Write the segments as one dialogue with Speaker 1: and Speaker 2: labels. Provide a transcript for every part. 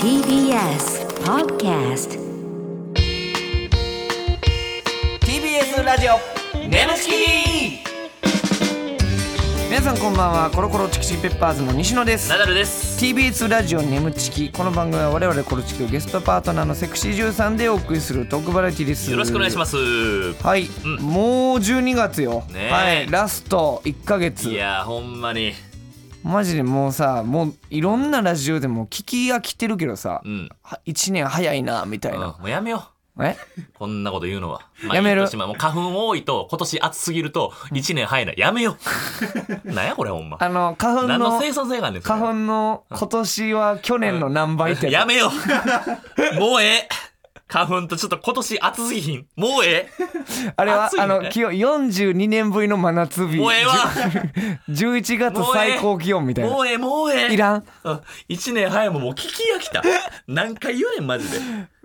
Speaker 1: TBS Podcast
Speaker 2: TBS ラジオ
Speaker 3: ムチキ
Speaker 2: 皆さんこんばんはコロコロチキチキペッパーズの西野です
Speaker 3: ナダルです。
Speaker 2: TBS ラジオネムチキこの番組は我々コロチキとゲストパートナーのセクシー13でお送りするトークバラエティです
Speaker 3: よろしくお願いしますす。
Speaker 2: はい、
Speaker 3: ん
Speaker 2: もう12月よ、
Speaker 3: ねえ
Speaker 2: はいラスト1ヶ月
Speaker 3: いやーほんまに、
Speaker 2: マジでもうさもういろんなラジオでも聞き飽きてるけどさ、
Speaker 3: うん、
Speaker 2: 1年早いなみた
Speaker 3: う
Speaker 2: い
Speaker 3: ん
Speaker 2: な、
Speaker 3: もうやめよ
Speaker 2: え
Speaker 3: う。こんなこと言うのは。まあ
Speaker 2: やめる
Speaker 3: いいとしまもう花粉多いと今年暑すぎると一年早いな。やめよ う。なんやこれほんま。
Speaker 2: あの花粉
Speaker 3: 何の
Speaker 2: の
Speaker 3: 生産性があんねん。それ
Speaker 2: 花粉の今年は去年の何倍って
Speaker 3: やめよう。もうええ。花粉とちょっと今年暑すぎひん。もうえ
Speaker 2: あれは、
Speaker 3: 暑い
Speaker 2: あ
Speaker 3: よね
Speaker 2: の気温42年ぶりの真夏
Speaker 3: え。
Speaker 2: 日
Speaker 3: もうええわ。
Speaker 2: 11月最高気温みたい
Speaker 3: も
Speaker 2: な
Speaker 3: うええもうええ。
Speaker 2: いらん
Speaker 3: うん。一年早いもんもう聞き飽きた。何回言うねんマジで。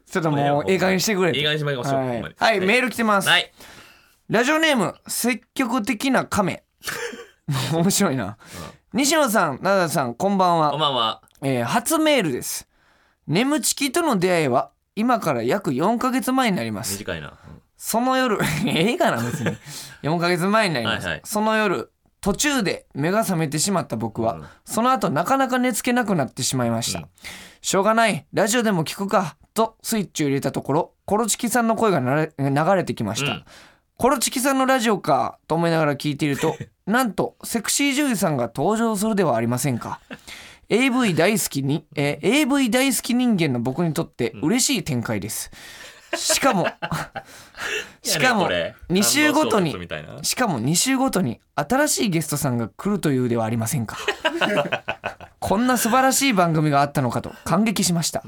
Speaker 2: ちょっともうええ加減してくれ
Speaker 3: ええ加減にしましょう
Speaker 2: は
Speaker 3: ほん
Speaker 2: い
Speaker 3: まに、
Speaker 2: はいメール来てます、
Speaker 3: はい。
Speaker 2: ラジオネーム積極的な 亀面白いな、西野さん奈々さんこんばんは
Speaker 3: こんばんは。
Speaker 2: えー初メールです眠ちきとの出会いは今から約4ヶ月前になります
Speaker 3: 短いな。
Speaker 2: その夜 ええかな別 に4ヶ月前になります
Speaker 3: はいはい
Speaker 2: その夜途中で目が覚めてしまった僕は、
Speaker 3: うん
Speaker 2: その後なかなか寝つけなくなってしまいました、
Speaker 3: うん
Speaker 2: しょうがないラジオでも聞くかとスイッチを入れたところコロチキさんの声がなれ流れてきました、
Speaker 3: うん
Speaker 2: コロチキさんのラジオかと思いながら聞いている となんとセクシー女優さんが登場するではありませんか AV 大好きに、えー AV 大好き人間の僕にとって嬉しい展開です、し かもしかも2週ごとに
Speaker 3: みたいな
Speaker 2: しかも2週ごとに新しいゲストさんが来るというではありませんかこんな素晴らしい番組があったのかと感激しました、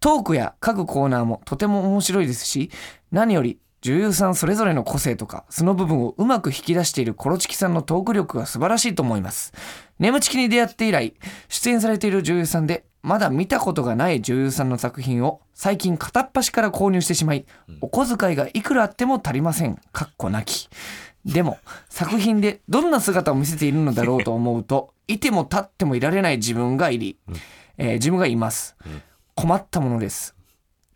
Speaker 2: トークや各コーナーもとても面白いですし何より女優さんそれぞれの個性とかその部分をうまく引き出しているコロチキさんのトーク力が素晴らしいと思います眠チキに出会って以来出演されている女優さんでまだ見たことがない女優さんの作品を最近片っ端から購入してしまいお小遣いがいくらあっても足りませんかっこなきでも作品でどんな姿を見せているのだろうと思うといても立ってもいられない自分がいり、えー自分がいます、困ったものです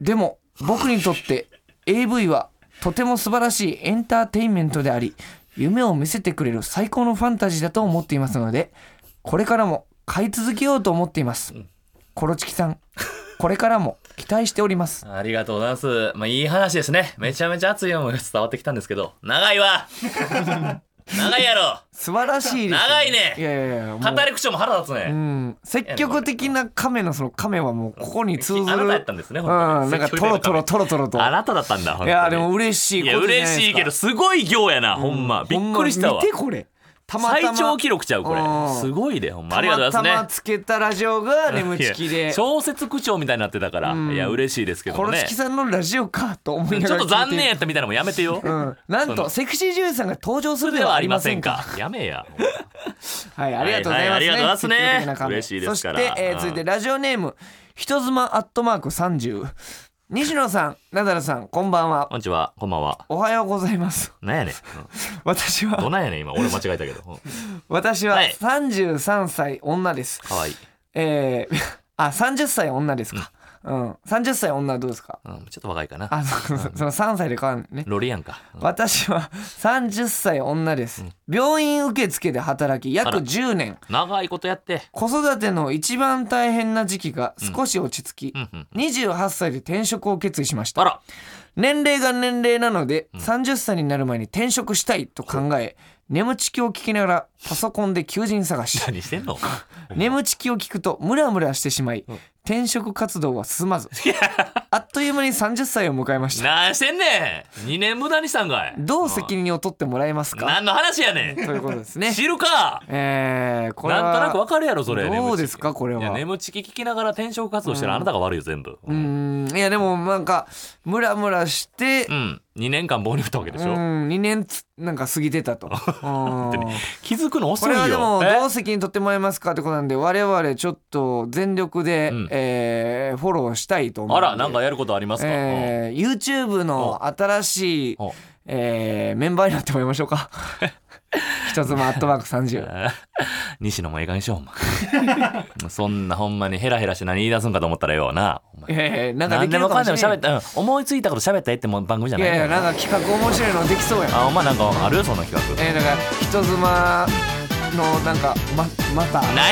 Speaker 2: でも僕にとって AV はとても素晴らしいエンターテインメントであり夢を見せてくれる最高のファンタジーだと思っていますのでこれからも買い続けようと思っています、コロチキさんこれからも期待しております
Speaker 3: ありがとうございます。まあいい話ですね。めちゃめちゃ熱い思いが伝わってきたんですけど、長いわ 長いやろ
Speaker 2: 素晴らしいですよ
Speaker 3: 長いね
Speaker 2: いやいやいやもう
Speaker 3: 語り口調も腹立
Speaker 2: う
Speaker 3: つね。
Speaker 2: ん、積極的な亀のその亀はもうここに通ずる、
Speaker 3: あなたやったんですね、
Speaker 2: うん、
Speaker 3: 本
Speaker 2: な
Speaker 3: 当に
Speaker 2: んかトロトロトロトロと。
Speaker 3: あなただったんだ、
Speaker 2: いやでも
Speaker 3: 本
Speaker 2: 嬉し
Speaker 3: 当
Speaker 2: い
Speaker 3: にい
Speaker 2: こ
Speaker 3: や、
Speaker 2: とじゃな
Speaker 3: 嬉しいけど、
Speaker 2: です
Speaker 3: すごい行やな、
Speaker 2: か
Speaker 3: ほんま。
Speaker 2: う
Speaker 3: びっくりしたわ
Speaker 2: 見。てこれ。たまたま
Speaker 3: 最長記録ちゃう、これ
Speaker 2: うん。
Speaker 3: すごいで、ほんま。ありがとうござ
Speaker 2: た
Speaker 3: い
Speaker 2: また
Speaker 3: ま
Speaker 2: ます
Speaker 3: ね。
Speaker 2: つけたラジオが眠ちき
Speaker 3: いや
Speaker 2: で。
Speaker 3: 小説口調みたいになってたから、
Speaker 2: うん
Speaker 3: いや、嬉しいですけど
Speaker 2: コ
Speaker 3: も
Speaker 2: ロ
Speaker 3: ね
Speaker 2: チ。キさんのラジオかと思いな
Speaker 3: ちょ
Speaker 2: がら聞い
Speaker 3: っと
Speaker 2: て。
Speaker 3: 残念やったみたいなのもやめてよ。
Speaker 2: うん、なん
Speaker 3: そ
Speaker 2: と
Speaker 3: の
Speaker 2: セクシー女優さんが登場す
Speaker 3: そ
Speaker 2: るで
Speaker 3: れで
Speaker 2: は
Speaker 3: は
Speaker 2: あ
Speaker 3: あ
Speaker 2: り
Speaker 3: り
Speaker 2: ま
Speaker 3: ま
Speaker 2: せ
Speaker 3: せ
Speaker 2: ん
Speaker 3: ん
Speaker 2: か
Speaker 3: か。。やめや。
Speaker 2: はい、ありがとうございます、ね。
Speaker 3: はいはいありがとうございますね
Speaker 2: 積極的な感じ
Speaker 3: 嬉しいですから
Speaker 2: そして、えー
Speaker 3: うん
Speaker 2: 続いてラジオネーム、人妻アットマーク30。西野さん、ナダルさん、こんばんは。
Speaker 3: こんにちは、こんばんは。
Speaker 2: おはようございます。
Speaker 3: なんやねん。
Speaker 2: 私
Speaker 3: うんど
Speaker 2: は、
Speaker 3: ないやねん、今。俺間違えたけど。うん
Speaker 2: 私は
Speaker 3: はい
Speaker 2: 33歳女です。
Speaker 3: かわいい。
Speaker 2: えー、あ、30歳女ですか。うん。30歳女はどうですか
Speaker 3: うんちょっと若いかな。
Speaker 2: あ、そうそうその3歳で変わるね。
Speaker 3: ロリアンか。うん
Speaker 2: 私は30歳女です。病院受付で働き、
Speaker 3: あ
Speaker 2: 約
Speaker 3: ら
Speaker 2: 10年。
Speaker 3: 長いことやって。
Speaker 2: 子育ての一番大変な時期が少し落ち着き、
Speaker 3: うんうん。
Speaker 2: 28歳で転職を決意しました
Speaker 3: あら、
Speaker 2: 年齢が年齢なので、30歳になる前に転職したいと考え眠ちきを聞きながらパソコンで求人探 し
Speaker 3: 何してんの
Speaker 2: 眠ちきを聞くとムラムラしてしまい、転職活動は進 まずあっという間に30歳を迎えました
Speaker 3: 何してんねん !2 年無駄にしたんかい。
Speaker 2: どう責任を取ってもらえますか
Speaker 3: 何の話やねん
Speaker 2: ということです ね
Speaker 3: 知るか
Speaker 2: えー、これは
Speaker 3: なんとなくわかるやろ、それ。
Speaker 2: どうですかこれはい
Speaker 3: や、眠ちき聞きながら転職活動してるあなたが悪いよ、全部。う。
Speaker 2: うんんいやでもなんかムラムラして、
Speaker 3: 2年間棒に振ったわけで
Speaker 2: う
Speaker 3: しょ。
Speaker 2: ん、2年つなんか過ぎてた と。うん
Speaker 3: 気づくの遅
Speaker 2: こ
Speaker 3: いよ。
Speaker 2: れはでも
Speaker 3: え
Speaker 2: どう責任取ってもらえますかってことなんで我々ちょっと全力で、
Speaker 3: うん
Speaker 2: えーフォローしたいと思う
Speaker 3: あ
Speaker 2: んで
Speaker 3: ら、なんかやることありますかうん
Speaker 2: えー YouTube の新しい
Speaker 3: お、
Speaker 2: えーメンバーになってもらいましょうか一つもアットマーク30。
Speaker 3: 西野もええかげんにしよう、ほんま。 そんなほんまにヘラヘラして何言い出すんかと思ったらような。お前
Speaker 2: いやいや、なんかで
Speaker 3: 何
Speaker 2: き
Speaker 3: で
Speaker 2: る
Speaker 3: も
Speaker 2: か
Speaker 3: か
Speaker 2: も
Speaker 3: んでも
Speaker 2: しれな
Speaker 3: 喋っ
Speaker 2: い。
Speaker 3: た、うん思いついたこと喋ったらええってもん番組じゃ
Speaker 2: い
Speaker 3: ない
Speaker 2: やい
Speaker 3: か
Speaker 2: や、
Speaker 3: ら。
Speaker 2: なんか企画面白いのできそうや。
Speaker 3: あ、お前なんかあるよ、そんな企画。
Speaker 2: えー、だから人妻のなんかままた
Speaker 3: なんや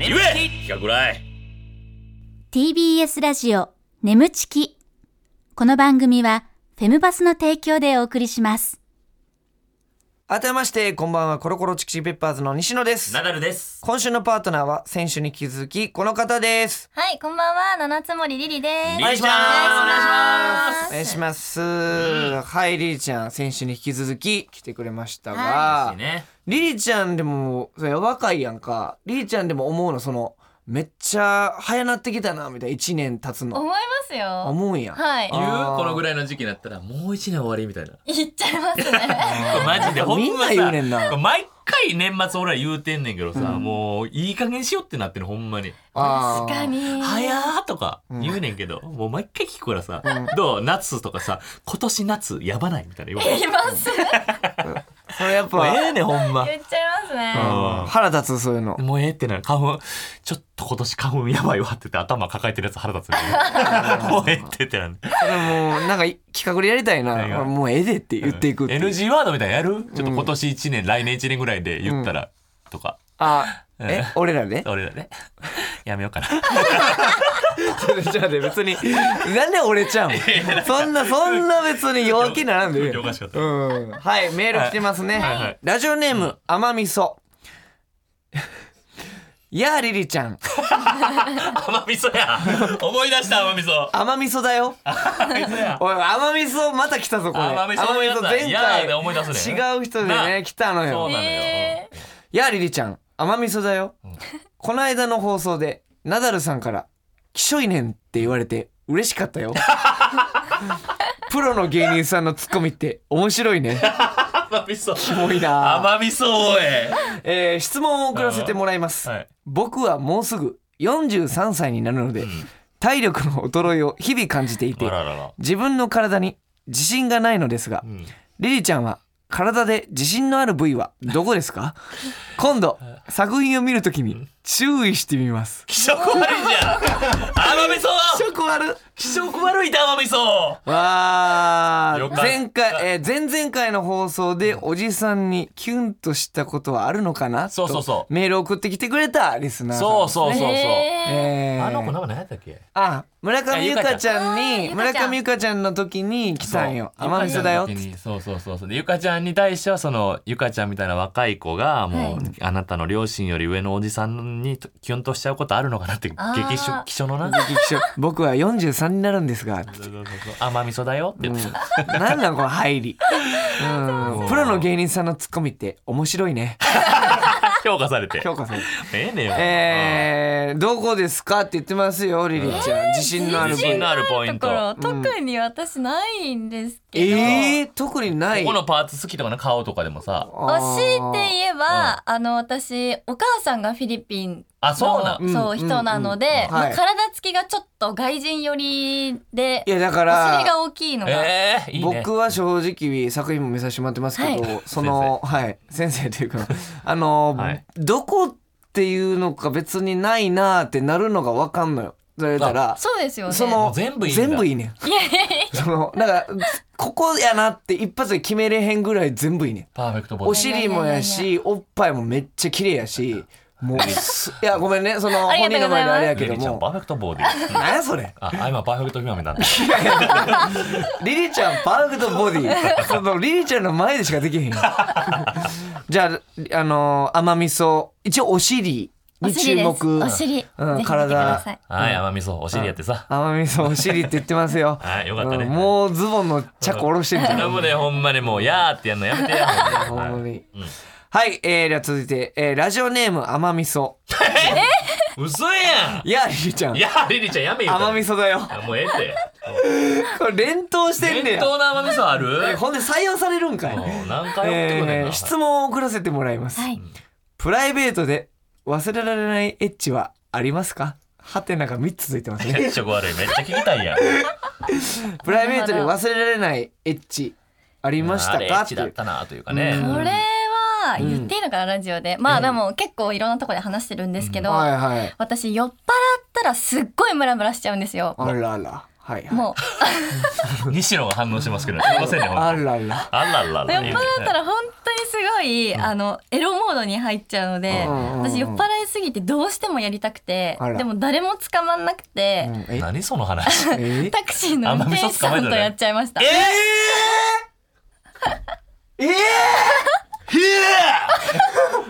Speaker 3: 言え企画らい
Speaker 4: TBS ラジオ眠ちきこの番組はフェムバスの提供でお送りします
Speaker 2: 改めましてこんばんはコロコロチキチキペッパーズの西野です
Speaker 3: ナダルです。
Speaker 2: 今週のパートナーは選手に気づきこの方です
Speaker 5: はい、こんばんは、七つ森りりです。
Speaker 3: リリちゃん
Speaker 2: お願いしますはいリリちゃん選手に引き続き来てくれましたが、
Speaker 3: ね。
Speaker 2: リリちゃんでもそれ若いやんかリリちゃんでも思うのそのめっちゃ早なってきたなみたいな1年経つ
Speaker 5: 思
Speaker 2: の
Speaker 5: いますよ。
Speaker 2: 思うんやん
Speaker 5: はい
Speaker 2: あ。
Speaker 3: 言う
Speaker 2: ー
Speaker 3: このぐらいの時期になったらもう一年終わりみたいな。
Speaker 5: 言っちゃいますね。
Speaker 3: これ マジでほんまさ
Speaker 2: みんな言うねんな
Speaker 3: これ毎回年末俺ら言うてんねんけどさ、もういい加減しようってなってるほんまに
Speaker 2: あー
Speaker 5: 確か
Speaker 3: 「
Speaker 5: に。
Speaker 3: 早ー」とか言うねんけど、もう毎回聞くからさ「どう夏」とかさ「今年夏やばない」みたいな言われて
Speaker 5: います。
Speaker 2: それやっ
Speaker 3: もうえ
Speaker 2: ぱ
Speaker 3: えねんほんま
Speaker 5: 言っちゃいますね。
Speaker 2: 腹立つそういうの
Speaker 3: もうええってなる花粉ちょっと今年花粉やばいわって言って頭抱えてるやつ腹立つよねもうええってってなんで
Speaker 2: それもうなんか企画でやりたいな
Speaker 3: 何が
Speaker 2: 俺もうええでって言っていくっていう
Speaker 3: NG ワードみたいなのやるちょっと今年1年、来年1年ぐらいで言ったら、とか
Speaker 2: あえ俺らね
Speaker 3: 俺らねやめようかな
Speaker 2: じゃあね別になんで俺ちゃうんそんなそんな別に弱気にならんでいいやん
Speaker 3: おかしかった
Speaker 2: うんはいメール来てますね、
Speaker 3: はいはい
Speaker 2: ラジオネーム甘味噌やあリリちゃん
Speaker 3: 甘味噌や思い出した甘味噌
Speaker 2: 甘味噌だよ
Speaker 3: 甘味噌や
Speaker 2: おい甘味噌また来たぞこれ
Speaker 3: 甘味噌思い出すなやあで思い出すね
Speaker 2: 違う人で
Speaker 3: なあ
Speaker 2: ね来たの
Speaker 3: そう
Speaker 2: よ
Speaker 3: なのよ
Speaker 5: え
Speaker 2: やあリリちゃん甘味噌だよ、 この間の放送でナダルさんから「きしょいねん」って言われて嬉しかった よプロの芸人さんのツッコミって面白いね
Speaker 3: 甘味噌
Speaker 2: 多いな、
Speaker 3: 甘味噌おえ
Speaker 2: えー質問を送らせてもらいます、
Speaker 3: はい
Speaker 2: 僕はもうすぐ43歳になるので、体力の衰えを日々感じていて
Speaker 3: あらら ら
Speaker 2: 自分の体に自信がないのですが、
Speaker 3: うん
Speaker 2: リリちゃんは体で自信のある部位はどこです か今度作品を見るときに注意してみます
Speaker 3: 気色悪いじゃん甘味噌
Speaker 2: 食悪
Speaker 3: 気色悪いって甘味噌
Speaker 2: わー
Speaker 3: よかった
Speaker 2: 前回、えー前々回の放送でおじさんにキュンとしたことはあるのかな
Speaker 3: そうそうそう
Speaker 2: とメールを送ってきてくれたリスナーさん
Speaker 3: そうそうそうそう
Speaker 2: えー
Speaker 3: あの子なんか何やったっけ
Speaker 2: あ村上ゆかちゃんに
Speaker 5: あゆ
Speaker 2: 村
Speaker 5: かちゃん
Speaker 2: 上ゆかちゃんの時に来たんよ
Speaker 3: そう
Speaker 2: 甘味噌だよ
Speaker 3: ゆかちゃんの時にそうそうそうそうでゆかちゃんに対してはそのゆかちゃんみたいな若い子がもう、あなたの両親より上のおじさんにキュンとしちゃうことあるのかなって
Speaker 5: あー
Speaker 3: 激し気象の な
Speaker 2: 劇場僕は43になるんですが
Speaker 3: そうそうそう甘味噌だよって言ってた
Speaker 2: なんなんこの入りうんプロの芸人さんのツッコミって面白いね
Speaker 3: 評価されて。
Speaker 2: 評 価される
Speaker 3: ええねんよ。
Speaker 2: えー、どこですかって言ってますよリリーちゃん自信のある
Speaker 3: 自信のあるポイン
Speaker 5: と
Speaker 3: ト。
Speaker 5: こ
Speaker 3: こ
Speaker 5: ろ、特に私ないんですけど。
Speaker 2: えー、特にない
Speaker 3: このパーツ好きとかの顔とかでもさ。
Speaker 2: あー
Speaker 5: 惜しいって言えば、あの私お母さんがフィリピン
Speaker 3: あ、
Speaker 5: の
Speaker 3: そうなん。
Speaker 2: ん
Speaker 5: そう人なので、
Speaker 2: うんうんうんは
Speaker 5: ま
Speaker 2: い
Speaker 5: あ、体つきがちょっと外人寄りで
Speaker 2: いやだか
Speaker 5: お尻
Speaker 2: ら
Speaker 5: が大きいのが、
Speaker 3: ええいいね。
Speaker 2: 僕は正直作品も見させてもらってますけど、
Speaker 5: は
Speaker 2: そのはい先生というかあの、
Speaker 3: はい
Speaker 2: どこっていうのか別にないなーってなるのがわかんのよ。それだから
Speaker 5: そうですよね
Speaker 2: その
Speaker 3: もう全部いいんだ
Speaker 2: 全部いいねん。そのだからここやなって一発で決めれへんぐらい全部いいねん。
Speaker 3: パーフェクトボ
Speaker 2: お
Speaker 3: ディ。
Speaker 2: 尻もや
Speaker 5: いやい
Speaker 2: しおっぱいもめっちゃ綺麗やしもうすいやごめんねその
Speaker 5: あり
Speaker 2: 本人の
Speaker 5: がとうご
Speaker 2: 前で
Speaker 5: ざいます
Speaker 2: あれやけ
Speaker 3: リ
Speaker 2: ど
Speaker 3: リちゃんパ
Speaker 2: も
Speaker 3: ーフェクトボディ。
Speaker 2: なんやそれ
Speaker 3: あ、今パーフェクトフィメだ。
Speaker 2: リリちゃんパーフェクトボディそのリリちゃんの前でしかできへん よじゃああのー甘味噌一応お尻
Speaker 5: お
Speaker 2: に注
Speaker 5: 尻です
Speaker 2: 目
Speaker 5: お尻、
Speaker 2: うん
Speaker 5: ぜひ見てくださ
Speaker 2: 体
Speaker 5: い
Speaker 3: はい、甘味噌、お尻やってさ。
Speaker 2: 甘味噌お尻って言ってますよ
Speaker 3: はい、よかったね。
Speaker 2: うんもうズボンのチャック下ろしてるじゃん
Speaker 3: 頼むで、ほんまにもう、やーってやんのやめてや。ほんま
Speaker 2: ほん
Speaker 3: に
Speaker 2: まに。はい、えー、では続いて、えー、ラジオネーム甘味噌。
Speaker 3: 嘘や
Speaker 2: いや、りりちゃん
Speaker 3: ん。い。や、リリちゃんやめよ。
Speaker 2: 甘味噌だよ。
Speaker 3: 噌。もうええって。
Speaker 2: これ連投してんね
Speaker 3: 伝
Speaker 2: や。
Speaker 3: 統の甘味噌あ
Speaker 2: え
Speaker 3: る
Speaker 2: ほんで採用されるんかい。
Speaker 3: もう何回送ってくんねん
Speaker 2: えー、
Speaker 3: な。
Speaker 2: 質問を送らせてもらいます。
Speaker 5: はい
Speaker 2: プライベートで忘れられないエッチはありますかはてなが3つ続いてますね。
Speaker 3: 血色悪い。めっちゃ聞きたいやん。
Speaker 2: プライベートで忘れられないエッチ。ありました
Speaker 3: あれエ
Speaker 2: か
Speaker 3: ッ
Speaker 2: って
Speaker 3: チ
Speaker 2: い
Speaker 3: だ
Speaker 2: う
Speaker 3: ったなというかね、
Speaker 2: うん
Speaker 5: これは言っていいのかな、ラジオでまあでも結構いろんなところで話してるんですけど、
Speaker 2: はいはい
Speaker 5: 私酔っ払ったらすっごいムラムラしちゃうんですよ。
Speaker 2: あららはいはい
Speaker 5: もう
Speaker 3: 西野が反応してますけど、すいませんね、ほんと
Speaker 2: あらら
Speaker 3: あららら
Speaker 5: 酔っ
Speaker 3: ら。
Speaker 5: 払ったら本当にすごい、あのエロモードに入っちゃうので、
Speaker 2: うんうんうん
Speaker 5: 私酔っ払いすぎてどうしてもやりたくて
Speaker 2: あら
Speaker 5: でも誰も捕まんなくて、
Speaker 2: うんえ
Speaker 3: 何そ の話。え
Speaker 2: え
Speaker 5: タクシーの運転手さんとやっちゃいました。
Speaker 2: えー、え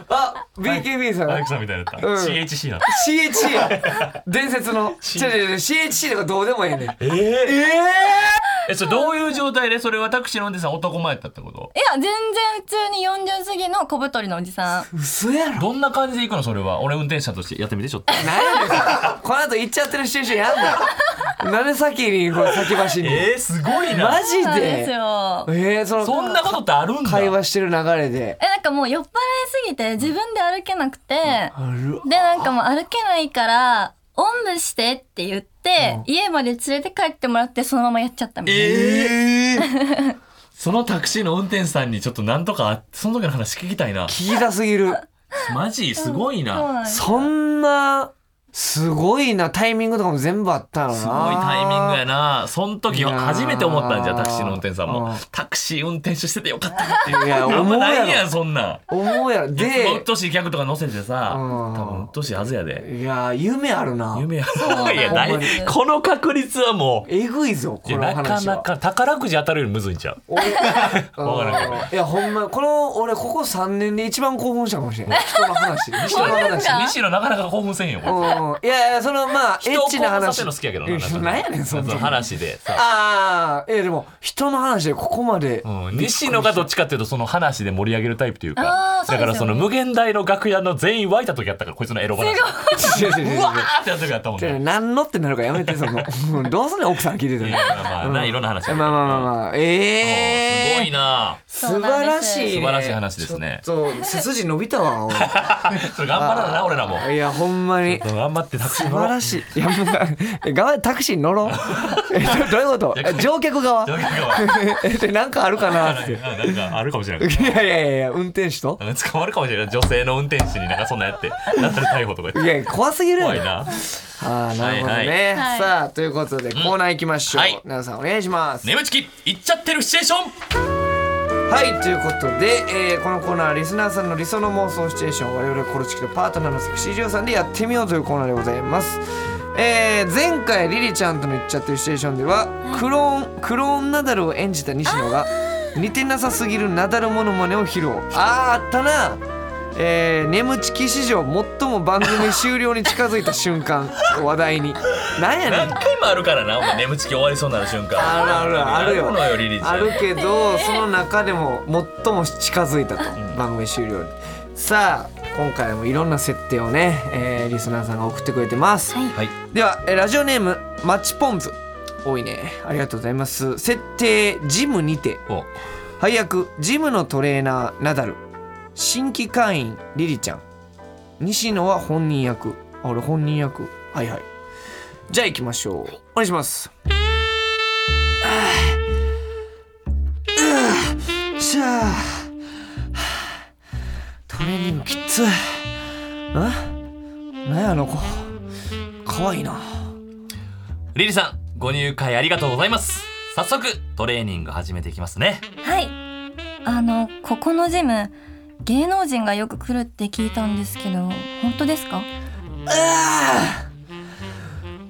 Speaker 2: あ BKB さん、
Speaker 3: アレクさんみたいだった。
Speaker 2: うん
Speaker 3: CHC なの。
Speaker 2: CHC 伝説の違う違う違う CHC とかどうでもええねん
Speaker 3: え
Speaker 2: え
Speaker 3: え。
Speaker 2: え
Speaker 3: え、それどういう状態で、それはタクシーの運転手さん男前だったってこと
Speaker 5: いや全然普通に40過ぎの小太りのおじさん。
Speaker 2: 嘘やろ
Speaker 3: どんな感じで行くのそれは。俺運転手さんとしてやってみて、ちょっと。
Speaker 2: 何やねんそれこの後行っちゃってるシチュエーションやんななんで先にこう先走んの
Speaker 3: えー、すごい
Speaker 2: マ
Speaker 3: な。
Speaker 2: ジ
Speaker 5: そうなんです
Speaker 2: で
Speaker 5: よ。
Speaker 2: えー、その
Speaker 3: そんなことってあるんだ。
Speaker 2: 会話してる流れで
Speaker 5: えなんかもう酔っ払いすぎて自分で歩けなくて、
Speaker 2: ある
Speaker 5: でなんかもう歩けないからおんぶしてって言って、家まで連れて帰ってもらってそのままやっちゃったみたいな。
Speaker 3: えー。そのタクシーの運転手さんにちょっとなんとかその時の話聞きたいな
Speaker 2: 聞きたすぎる
Speaker 3: マジすごい
Speaker 5: そう
Speaker 3: な
Speaker 5: なんです
Speaker 2: そんなすごいなタイミングとかも全部あったのな
Speaker 3: すごいタイミングやなその時は初めて思ったんじゃ
Speaker 2: い
Speaker 3: ん
Speaker 2: やー
Speaker 3: タクシーの運転手さん
Speaker 2: うん
Speaker 3: もタクシー運転手しててよかったなっていう
Speaker 2: いや
Speaker 3: あん
Speaker 2: 思
Speaker 3: ま
Speaker 2: う
Speaker 3: ないや
Speaker 2: や
Speaker 3: んそんなん
Speaker 2: ろ思うやろ
Speaker 3: いつもうっ
Speaker 2: で
Speaker 3: とうしい客とか乗せてさ
Speaker 2: うん
Speaker 3: 多分うっとうしいはずやで
Speaker 2: いや夢あるな
Speaker 3: 夢や
Speaker 5: う
Speaker 3: いやない
Speaker 2: ほんま
Speaker 5: に
Speaker 3: この確率はも
Speaker 2: えぐいぞ
Speaker 3: うい
Speaker 2: こ
Speaker 3: や
Speaker 2: の話は
Speaker 3: なかなか宝くじ当たるよりむずいんちゃう
Speaker 2: 俺うん
Speaker 3: わからんけ
Speaker 2: いやほんまこの俺ここ3年で一番興奮したかも しれない人の話人の話
Speaker 5: か
Speaker 3: 西野なかなか興奮せんよこれ
Speaker 2: うんいやいやそのまあエ
Speaker 3: 人を
Speaker 2: ッチ
Speaker 3: 興
Speaker 2: な
Speaker 3: 奮さ
Speaker 2: 話
Speaker 3: せるの好きやけど
Speaker 2: い
Speaker 3: ななんか
Speaker 2: なんやねんそんな
Speaker 3: 話でさ
Speaker 2: ああいやでも人の話でここまで、
Speaker 3: うん西野がどっちかっていうとその話で盛り上げるタイプという
Speaker 5: あ
Speaker 3: か
Speaker 5: ーそ
Speaker 3: だ
Speaker 5: うですよね
Speaker 3: からその無限大の楽屋の全員湧いた時やったからこいつのエロ話
Speaker 2: 違う違う違う違う
Speaker 3: うわーってやった時やったもん
Speaker 2: じゃあ
Speaker 3: ね
Speaker 2: 何のってなるからやめてその もうどうすんねん奥さん聞いてた
Speaker 3: い
Speaker 2: ら
Speaker 3: やまあまあいろんな話
Speaker 2: まあまあまあまあええ
Speaker 3: すごいな
Speaker 2: 素晴らしい、ね、
Speaker 3: 素晴らしい話ですね
Speaker 2: ちょっと背筋伸びたわおい
Speaker 3: それ頑張らなな俺らも
Speaker 2: いやほんまに
Speaker 3: 頑張ってタクシー
Speaker 2: 素
Speaker 3: 乗ろ
Speaker 2: 晴
Speaker 3: う
Speaker 2: らしい。いや、もうえ、側タクシーに乗ろう。え、どどういうことえ乗客側
Speaker 3: 乗 客側
Speaker 2: え、で、なんかあるかなって。い
Speaker 3: なんかあるかもしれない
Speaker 2: やいやいや、運転手と
Speaker 3: なんか捕まるかもしれない女性の運転手になんかそんなんやってなったら逮捕とか
Speaker 2: い
Speaker 3: 言って
Speaker 2: や、怖すぎるやろ
Speaker 3: 怖いな
Speaker 2: ああ、なるほどね。
Speaker 5: はい
Speaker 2: さあ、ということで、コーナー行きましょう。
Speaker 3: はい
Speaker 2: 皆さん、お願いします。
Speaker 3: 眠ちき行っちゃってるシチュエーション
Speaker 2: はい、ということで、えーこのコーナーはリスナーさんの理想の妄想シチュエーションを我々コロチキとパートナーのセクシージオさんでやってみようというコーナーでございます。えー前回リリちゃんとの言っちゃってるシチュエーションではクローンクローンナダルを演じた西野が似てなさすぎるナダルモノマネを披露あーあったなえー、眠ちき史上最も番組終了に近づいた瞬間 話題になんやねん
Speaker 3: 何回もあるからなお前眠ちき終わりそうになる瞬間
Speaker 2: あるあるあるよ
Speaker 3: のよリリーちゃん
Speaker 2: あるけどその中でも最も近づいたと番組終了にさあ今回もいろんな設定をね、えーリスナーさんが送ってくれてます、
Speaker 3: はい
Speaker 2: では、えーラジオネームマッチポンズ多いねありがとうございます設定ジムにて
Speaker 3: お
Speaker 2: 配役ジムのトレーナーナダル新規会員リリちゃん西野は本人役あ俺本人役はいはいじゃあ行きましょうお願いしますあーうーしゃあはあトレーニングきっつあなんやあの子かわいいな
Speaker 3: リリさんご入会ありがとうございます早速トレーニング始めていきますね
Speaker 5: はい。あの、ここのジム、芸能人がよく来るって聞いたんですけど、本当ですか
Speaker 2: あ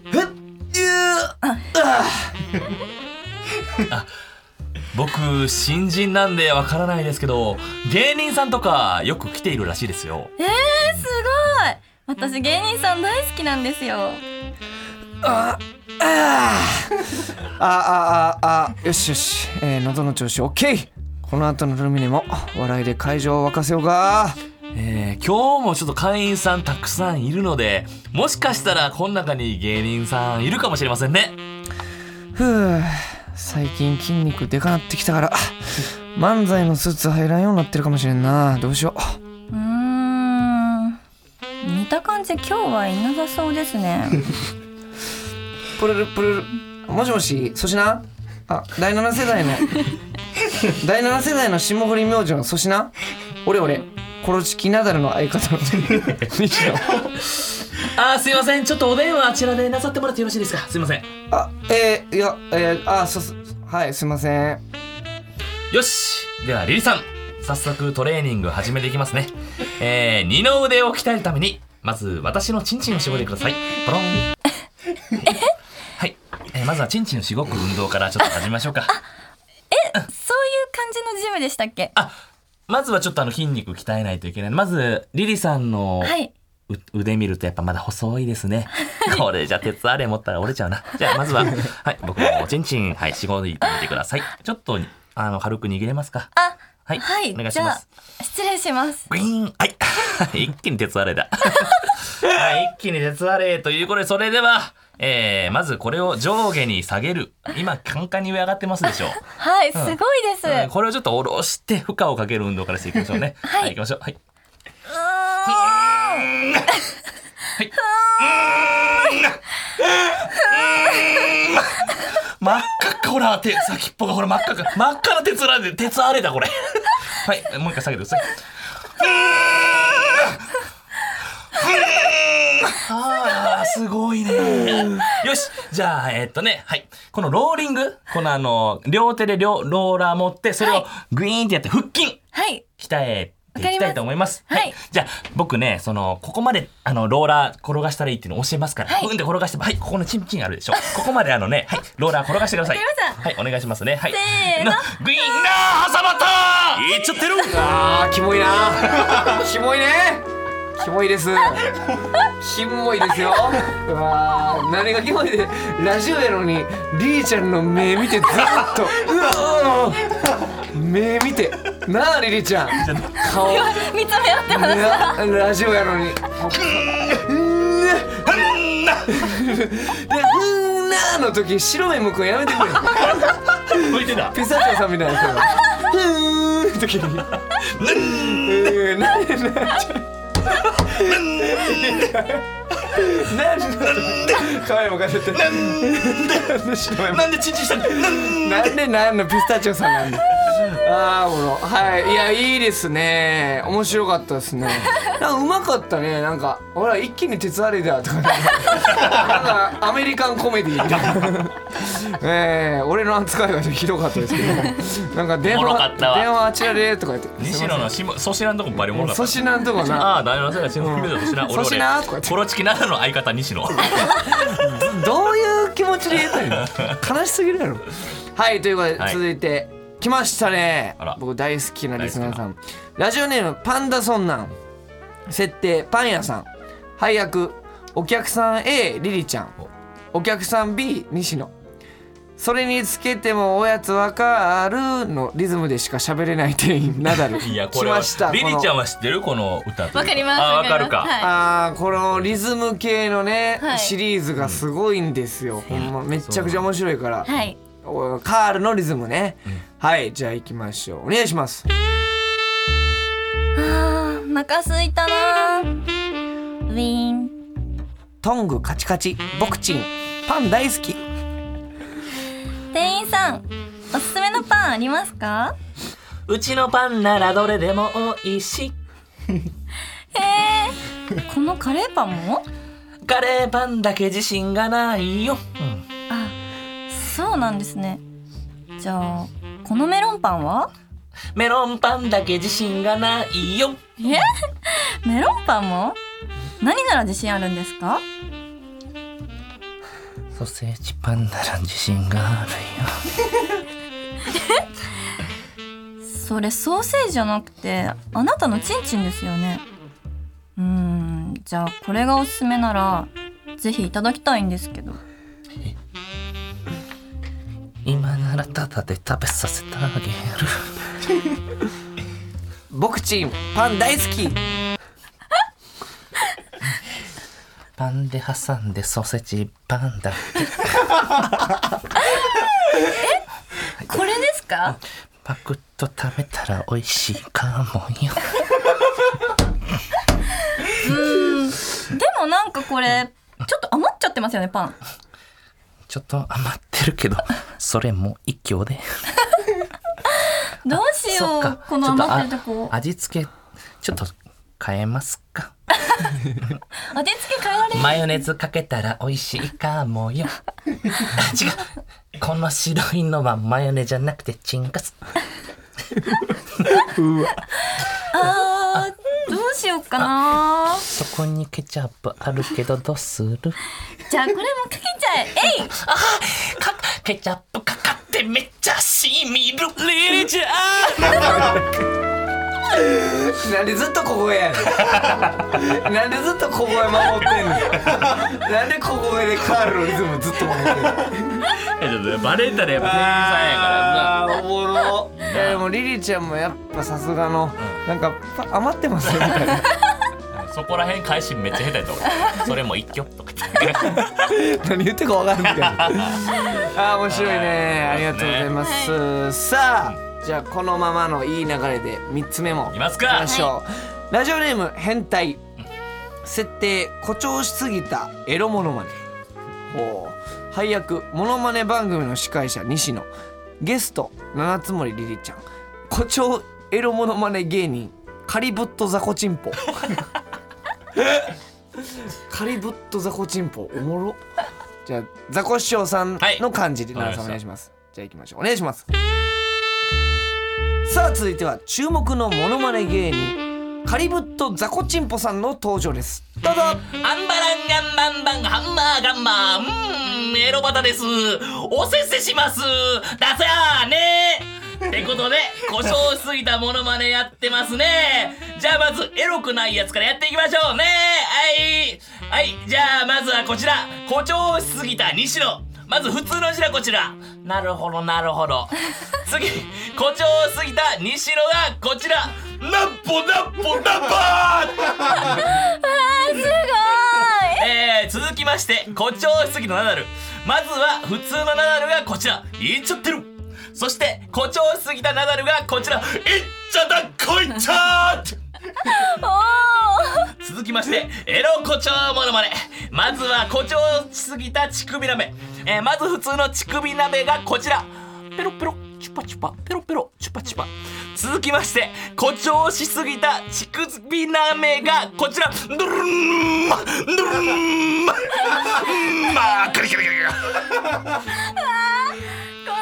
Speaker 2: ーえっゆー
Speaker 3: 僕新人なんでわからないですけど芸人さんとかよく来ているらしいですよ
Speaker 5: えー、すごい私芸人さん大好きなんですよ。
Speaker 2: ああああよしよし、えー、喉の調子 OK この後のルミネも笑いで会場を沸かせようか
Speaker 3: えー今日もちょっと会員さんたくさんいるのでもしかしたらこの中に芸人さんいるかもしれませんね
Speaker 2: ふう最近筋肉でかなってきたから漫才のスーツ入らんようになってるかもしれんなどうしよう
Speaker 5: うーん。似た感じ、今日はいなさそうで すね。
Speaker 2: プルルプルルもしもし粗品あ第7世代の第7世代の霜降り明星の粗品俺俺コロチキナダルの相方の 西野
Speaker 6: あーすいませんちょっとお電話あちらでなさってもらってよろしいですかすいません
Speaker 2: あえー、いやえー、あそうすはいすいません
Speaker 3: よしではリリさん早速トレーニング始めていきますねえー、二の腕を鍛えるためにまず私のチンチンを絞ってくださいポロンはい、えーまずはチンチンをしごく運動からちょっと始めましょうか
Speaker 5: そういう感じのジムでしたっけ
Speaker 3: あまずはちょっとあの筋肉鍛えないといけないまずリリさんの
Speaker 5: はい。
Speaker 3: う腕見るとやっぱまだ細いですね。 これじゃ鉄あれ持ったら折れちゃうな。じゃあまずは、はい、僕もおちんちん、はい、しごいてみてください。ちょっと、あの、軽く握れますか
Speaker 5: あ、
Speaker 3: はい、
Speaker 5: はい。
Speaker 3: お願いし
Speaker 5: じゃ
Speaker 3: ま
Speaker 5: あ
Speaker 3: す。、
Speaker 5: 失礼します。
Speaker 3: グイーンはい。 一気に鉄あれだ。はい、一気に鉄あれということで、それでは、えー、まずこれを上下に下げる。今、カンカンに上上がってますでしょう。
Speaker 5: はい、すごいです。
Speaker 3: うんこれをちょっと下ろして、負荷をかける運動からしていきましょうね。はい、行きましょう。はい。真っ赤っかほら手先っぽがほら真っ赤っか真っ赤な鉄なんで鉄あれだこれ はいもう一回下げてくださいあーすごいねよしじゃあえーっとねはいこのローリングこのあの両手で両ローラー持ってそれをグイーンってやって腹筋
Speaker 5: はい。
Speaker 3: 鍛えてい
Speaker 5: わか
Speaker 3: き
Speaker 5: り
Speaker 3: た
Speaker 5: ま
Speaker 3: い
Speaker 5: す
Speaker 3: と思います。
Speaker 5: はい
Speaker 3: じゃあ僕ねそのここまであのローラー転がしたらいいっていうのを教えますから、
Speaker 5: はい
Speaker 3: うんで転がしてはいここのチンチンあるでしょ。ここまであのねはいローラー転がしてください。
Speaker 5: わかりま
Speaker 3: はいお願いしますね。はい。
Speaker 5: せーの
Speaker 3: なグイーンなー挟まったー。いっちゃってる。
Speaker 2: あーキモいなキモいねキモいですキモいですようわー何がキモいでラジオやのにりーちゃんの目見てずっとうわー目見てなありりちゃん顔
Speaker 5: 見つめ合ってます。
Speaker 2: なラジオやのにうんねでうんなーの時白目向くんやめてくれ
Speaker 3: 向いてた。
Speaker 2: ピサチオさんみたいな人が「ふーん」時に「うん」なんでなんでなんで可愛いもかせてなんで白いも
Speaker 3: なんでチンチンしたの。 なん
Speaker 2: なんでなんのピスタチオさんなんだあーおもろはいいやいいですね面白かったですねなんかうまかったねなんかほら一気に鉄あれだとか、ね、なんかアメリカンコメディー ええ俺の扱いがひどかったですけどなんか電
Speaker 3: おもろか
Speaker 2: 話
Speaker 3: ったわ
Speaker 2: 電話あちらでとか言って
Speaker 3: 西野のしも粗品のとこバリモンだった
Speaker 2: 粗。品のとこな
Speaker 3: ああ、大丈夫だ。粗品、粗品、
Speaker 2: 粗品とか言って
Speaker 3: コロチキならの相方 西野。
Speaker 2: どういう気持ちで言ったの悲しすぎるやろはいということで
Speaker 3: はい
Speaker 2: 続いて、来ましたね
Speaker 3: あら
Speaker 2: 僕大好きなリスナーさんラジオネームパンダソンナン設定パン屋さん配役お客さん A リリちゃんお客さん B 西野それにつけてもおやつわかるのリズムでしか喋れ ない店員ナダル
Speaker 3: いや、こ
Speaker 2: 来
Speaker 3: れは
Speaker 2: ました。
Speaker 3: リリ
Speaker 2: こ
Speaker 3: ちゃ
Speaker 2: の
Speaker 3: んは知ってるこの歌というか。
Speaker 5: わかります。
Speaker 3: あーわかるか。
Speaker 5: はい
Speaker 2: あーこのリズム系のね、
Speaker 5: はい
Speaker 2: シリーズがすごいんですよ、ほんまめっちゃくちゃ面白いから、
Speaker 5: はい。
Speaker 2: おカールのリズムね、はいじゃあ行きましょうお願いします
Speaker 5: あー、お腹すいたなー。ウィーン。
Speaker 2: トングカチカチボクチンパン大好き
Speaker 5: 店員さん、おすすめのパンありますか
Speaker 6: うちのパンならどれでも美味しい
Speaker 5: このカレーパンも
Speaker 6: カレーパンだけ自信がないよ、うん
Speaker 5: あ、そうなんですね。じゃあ、このメロンパンは
Speaker 6: メロンパンだけ自信がないよ
Speaker 5: メロンパンも何なら自信あるんですか
Speaker 6: ソーセージパンなら自信があるよ
Speaker 5: それソーセージじゃなくてあなたのチンチンですよねうーんじゃあこれがおすすめならぜひいただきたいんですけど
Speaker 6: 今ならタダで食べさせてあげる
Speaker 2: ボクチンパン大好き
Speaker 6: パンで挟んでソーセージパンだ
Speaker 5: これですか
Speaker 6: パクッと食べたら美味しいかもよ
Speaker 5: でもなんかこれちょっと余っちゃってますよねパン
Speaker 6: ちょっと余ってるけどそれも一興で
Speaker 5: どうし
Speaker 3: そ
Speaker 5: よ
Speaker 3: っか
Speaker 5: うこの余ってるとこ
Speaker 3: 味付けちょっと変えますか
Speaker 5: 当て付け変えられる
Speaker 3: マヨネーズかけたら美味しいかもよ あ違うこの白いのはマヨネじゃなくてチンカス
Speaker 5: あーどうしようかな
Speaker 3: そこにケチャップあるけどどうする
Speaker 5: じゃあこれもかけちゃええい
Speaker 3: かケチャップかかってめっちゃしみるリリちゃ
Speaker 2: なんでずっと小声やねんなんでずっと小声守ってんのなんで小声でカールのリズムずっと守ってんの
Speaker 3: んバレたらやっぱ
Speaker 2: あーおもろいやでもリリーちゃんもやっぱさすがのなんかパ余ってますよみたいな
Speaker 3: 店員さんやからそこら辺返しめっちゃ下手やと思うそれも一挙とか言っ て
Speaker 2: 何言ってるか分からんみたいな あー面白いねあ
Speaker 3: はい
Speaker 2: りがとうございます、さあじゃあこのままのいい流れで3つ目も
Speaker 3: いま
Speaker 2: 行
Speaker 3: す
Speaker 2: き
Speaker 3: か
Speaker 2: ましょう、ラジオネーム変態設定誇張しすぎたエロモノマネほう配役モノマネ番組の司会者西野ゲスト七つ森りりちゃん誇張エロモノマネ芸人カリブットザコチン ポカリブットザコチンポおもろじゃあザコ師匠さんの感じで
Speaker 3: はい
Speaker 2: 七つさんお願いします、じゃあ行きましょうお願いしますさあ続いては注目のモノマネ芸人カリブットザコチンポさんの登場ですどうぞ
Speaker 3: アンバランガンバンバンハンマーガンマーうーんエロバタですおせっせしますだせやーねーってことで故障しすぎたモノマネやってますねじゃあまずエロくないやつからやっていきましょうねはいはいじゃあまずはこちら誇張しすぎた西野まず普通の字はこちらなるほどなるほど次誇張しすぎた西野がこちらなんぽなんぽなんばーえー、続きまして誇張しすぎのナダルまずは普通のナダルがこちら言っちゃってるそして誇張しすぎたナダルがこちらいっちゃだこいっちゃー続きましてエロ誇張モノマネまずは誇張しすぎた乳首鍋、えーまず普通の乳首鍋がこちらペロペロチュパチュパペロペロチュパチュパ続きまして誇張しすぎた乳首鍋がこちらドゥルンマドゥルンマまあクリクリクリク
Speaker 5: こん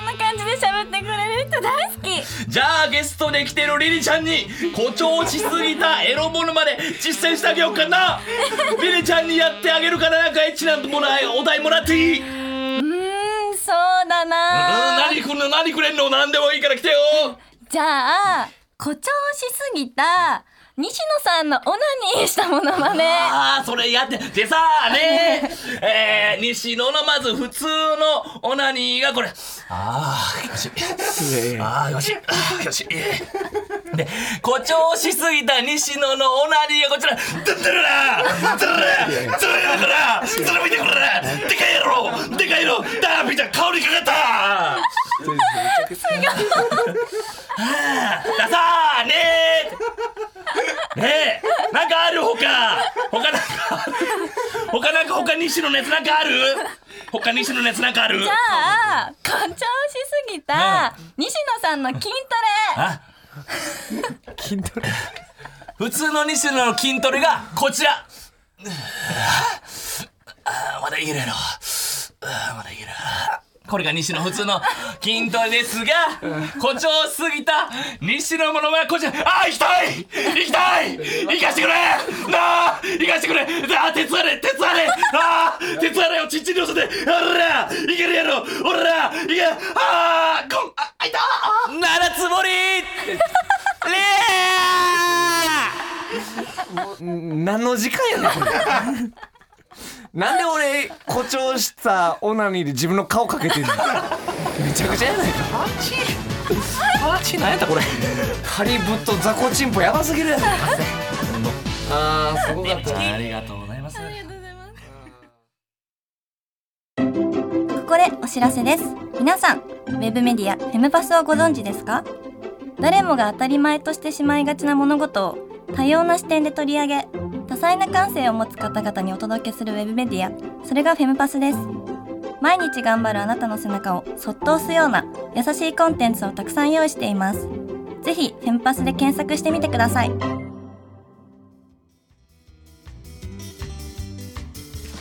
Speaker 5: な感じで喋ってくれる人大好き
Speaker 3: リじゃあゲストで来てるリリちゃんに誇張しすぎたエロものまで実践してあげようかなリリちゃんにやってあげるからなんかエッチなもらいお題もらっていいう
Speaker 5: ーんそうだ
Speaker 3: うん
Speaker 5: な
Speaker 3: 何くんの何くれんの何でもいいから来てよ
Speaker 5: じゃあ誇張しすぎた西野さんのオナニーしたものまね
Speaker 3: ああそれやってでさあねえー、西野のまず普通のオナニーがこれああよしああよしあーよしで誇張しすぎた西野のオナニーがこちら「ドゥンドゥルラードゥルラードゥルラードゥルラーそれ見てこれでかいやろでかいのダービーだ顔にかかった!」ださーねーねえなんかある他他なんかある他なんか他西野のやつなんかある他西野のやつなんかある
Speaker 5: じゃあ誇張しすぎた西野さんの筋トレ
Speaker 3: あ筋トレ普通の西野の筋トレがこちら あーまだいけるやろあーまだいけるこれが西野普通の筋トレですが誇張しすぎた西野ものはこちらあー行きたい行きたい行かしてくれなあ行かしてくれあー鉄あれ鉄あれあー鉄あれをちっちに寄せておら行けるやろおら行けあーこんああいた七つ森
Speaker 2: 何の時間やねんこれなんで俺誇張したオナニーで自分の顔かけてんのめちゃくちゃやないか
Speaker 3: パチパチ 何やったこれ
Speaker 2: カリブットザコチンポやばすぎるやろあーすごかったな
Speaker 3: りがとうございます
Speaker 5: ここでお知らせです皆さんウェブメディアフェムパスをご存知ですか誰もが当たり前としてしまいがちな物事を多様な視点で取り上げ多彩な感性を持つ方々にお届けするウェブメディアそれがフェムパスです毎日頑張るあなたの背中をそっと押すような優しいコンテンツをたくさん用意していますぜひフェムパスで検索してみてください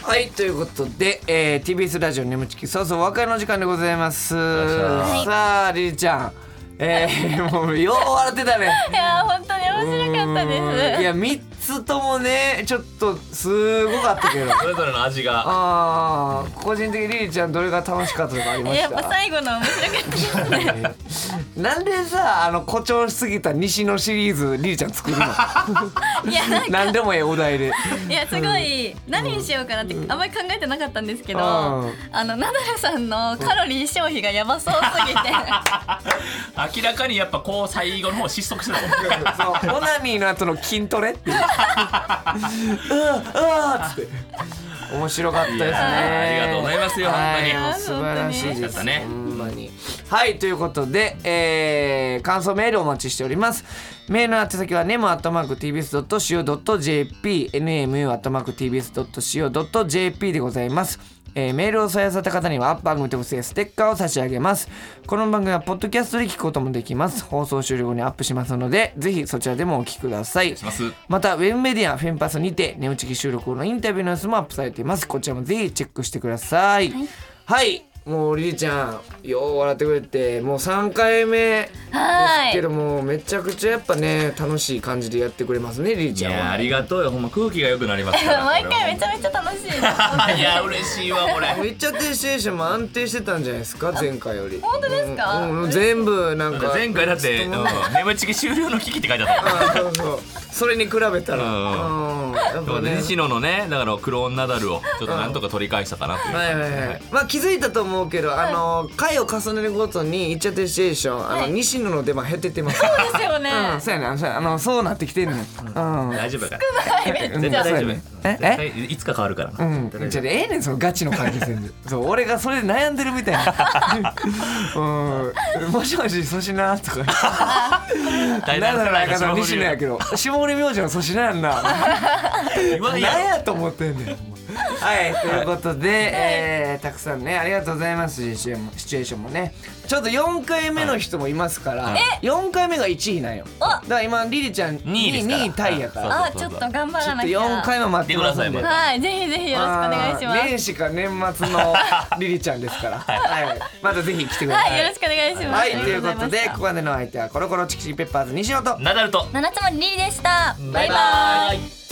Speaker 2: はいということで、えー、TBS ラジオ眠ちきそうそうお別れの時間でございます
Speaker 3: はい
Speaker 2: さありりちゃんえ ー、もうよう笑ってたね
Speaker 5: いや本当に面白かった
Speaker 2: うんい
Speaker 5: です
Speaker 2: や3つともねちょっとすごかったけど
Speaker 3: それぞれの味が
Speaker 2: あー個人的にりりちゃんどれが楽しかったとかありま
Speaker 5: や
Speaker 2: し
Speaker 5: っぱ
Speaker 2: た
Speaker 5: 最後の面白かったです
Speaker 2: なんでさあの誇張しすぎた西のシリーズりりちゃん 作るの
Speaker 5: いやなんか
Speaker 2: 何でもええお題で
Speaker 5: いやすごい何にしようかなってあんまり考えてなかったんですけど、
Speaker 2: うん
Speaker 5: あのナダルさんのカロリー消費がやばそうすぎて
Speaker 3: 明らかにやっぱこう最後の方失速してたもん
Speaker 2: そうオナニーの後の筋トレ っていううわうわっつって面白かったですね
Speaker 3: いやありがとうございますよ
Speaker 2: はい
Speaker 3: 本当に
Speaker 2: もう素晴らしいで
Speaker 3: 本当
Speaker 2: す
Speaker 3: に
Speaker 2: ほんまにはいということで、えー、感想メールお待ちしておりますメールの宛先は nemu.tbs.co.jp nemu.tbs.co.jp でございますえーメールを採用された方には番組特製ステッカーを差し上げますこの番組はポッドキャストで聞くこともできます放送終了後にアップしますのでぜひそちらでもお聞きください
Speaker 3: します
Speaker 2: またウェブメディアフェンパスにてネオチキ収録後のインタビューの様子もアップされていますこちらもぜひチェックしてくださいはい、もうりりちゃんよう笑ってくれてもう3回目です
Speaker 5: はい
Speaker 2: けどもめちゃくちゃやっぱね楽しい感じでやってくれますねりり
Speaker 3: い
Speaker 2: ちゃん
Speaker 3: やあ
Speaker 2: は
Speaker 3: りがとうよほんま空気が良くなります から
Speaker 5: 毎回めちゃめちゃ楽しいです
Speaker 3: いや嬉しいわこれ
Speaker 2: めっちゃテンションも安定してたんじゃないですか前回より
Speaker 5: 本当ですか
Speaker 2: うんうん全部なんか
Speaker 3: 前回だって「うん眠ちき終了の危機」って書いてあったも
Speaker 2: あそ
Speaker 3: ん
Speaker 2: うそうそれに比べたら
Speaker 3: うん
Speaker 2: うんやっ
Speaker 3: そう
Speaker 2: ぱ
Speaker 3: ね
Speaker 2: ね
Speaker 3: 西野のねだからクローンナダルをちょっとなんとか取り返したかなっていう
Speaker 2: はいはいはい、まあ気づいたと思うけど、あの回を重ねるごとに「イッチャテシエーション」あの西野の出番減ってってます
Speaker 5: そうですよね、
Speaker 2: うん、そうやねあのそうやあのそうなってきてんねんうん、うん
Speaker 3: 大丈夫だから絶対大丈夫
Speaker 2: え
Speaker 3: 絶対いつか変わるからな
Speaker 2: うん、じゃあええねんそのガチの関係 性でそう俺がそれで悩んでるみたい な「うん、もしもし粗品」とか 「
Speaker 3: 大
Speaker 2: なん
Speaker 3: 丈夫
Speaker 2: だろ
Speaker 3: だ
Speaker 2: うな西野やけ ど下俺明星の粗品やんな」
Speaker 3: 今
Speaker 2: 何
Speaker 3: や
Speaker 2: やと思ってんねん。 はい、ということで、えーたくさんね、ありがとうございます、シチュエーションもシチュエーションもね。ちょっと4回目の人もいますから、4回目が1位なんよ。だから今、リリちゃん
Speaker 3: 二位ですから
Speaker 2: 2位タイやから、
Speaker 3: は
Speaker 5: あちょっと頑張
Speaker 2: ちょ
Speaker 5: ら
Speaker 2: っと
Speaker 5: なきゃ
Speaker 2: 4回も待ってますんで。
Speaker 3: 見てくださいま
Speaker 5: はいぜひぜひよろしくお願いします
Speaker 2: あー年始か年末のリリちゃんですから、はい、またぜひ来てください。
Speaker 5: はいよろしくお願いします、
Speaker 2: はい、
Speaker 5: あ
Speaker 2: と
Speaker 5: り
Speaker 2: いう
Speaker 5: が
Speaker 2: こと
Speaker 5: ござ
Speaker 2: で、
Speaker 5: ま
Speaker 2: こ
Speaker 5: し
Speaker 2: こまでのお相手はコロコロチキチキペッパーズ西野と
Speaker 3: ナダルと
Speaker 5: た七つ森りりでしたバイバイ
Speaker 3: イ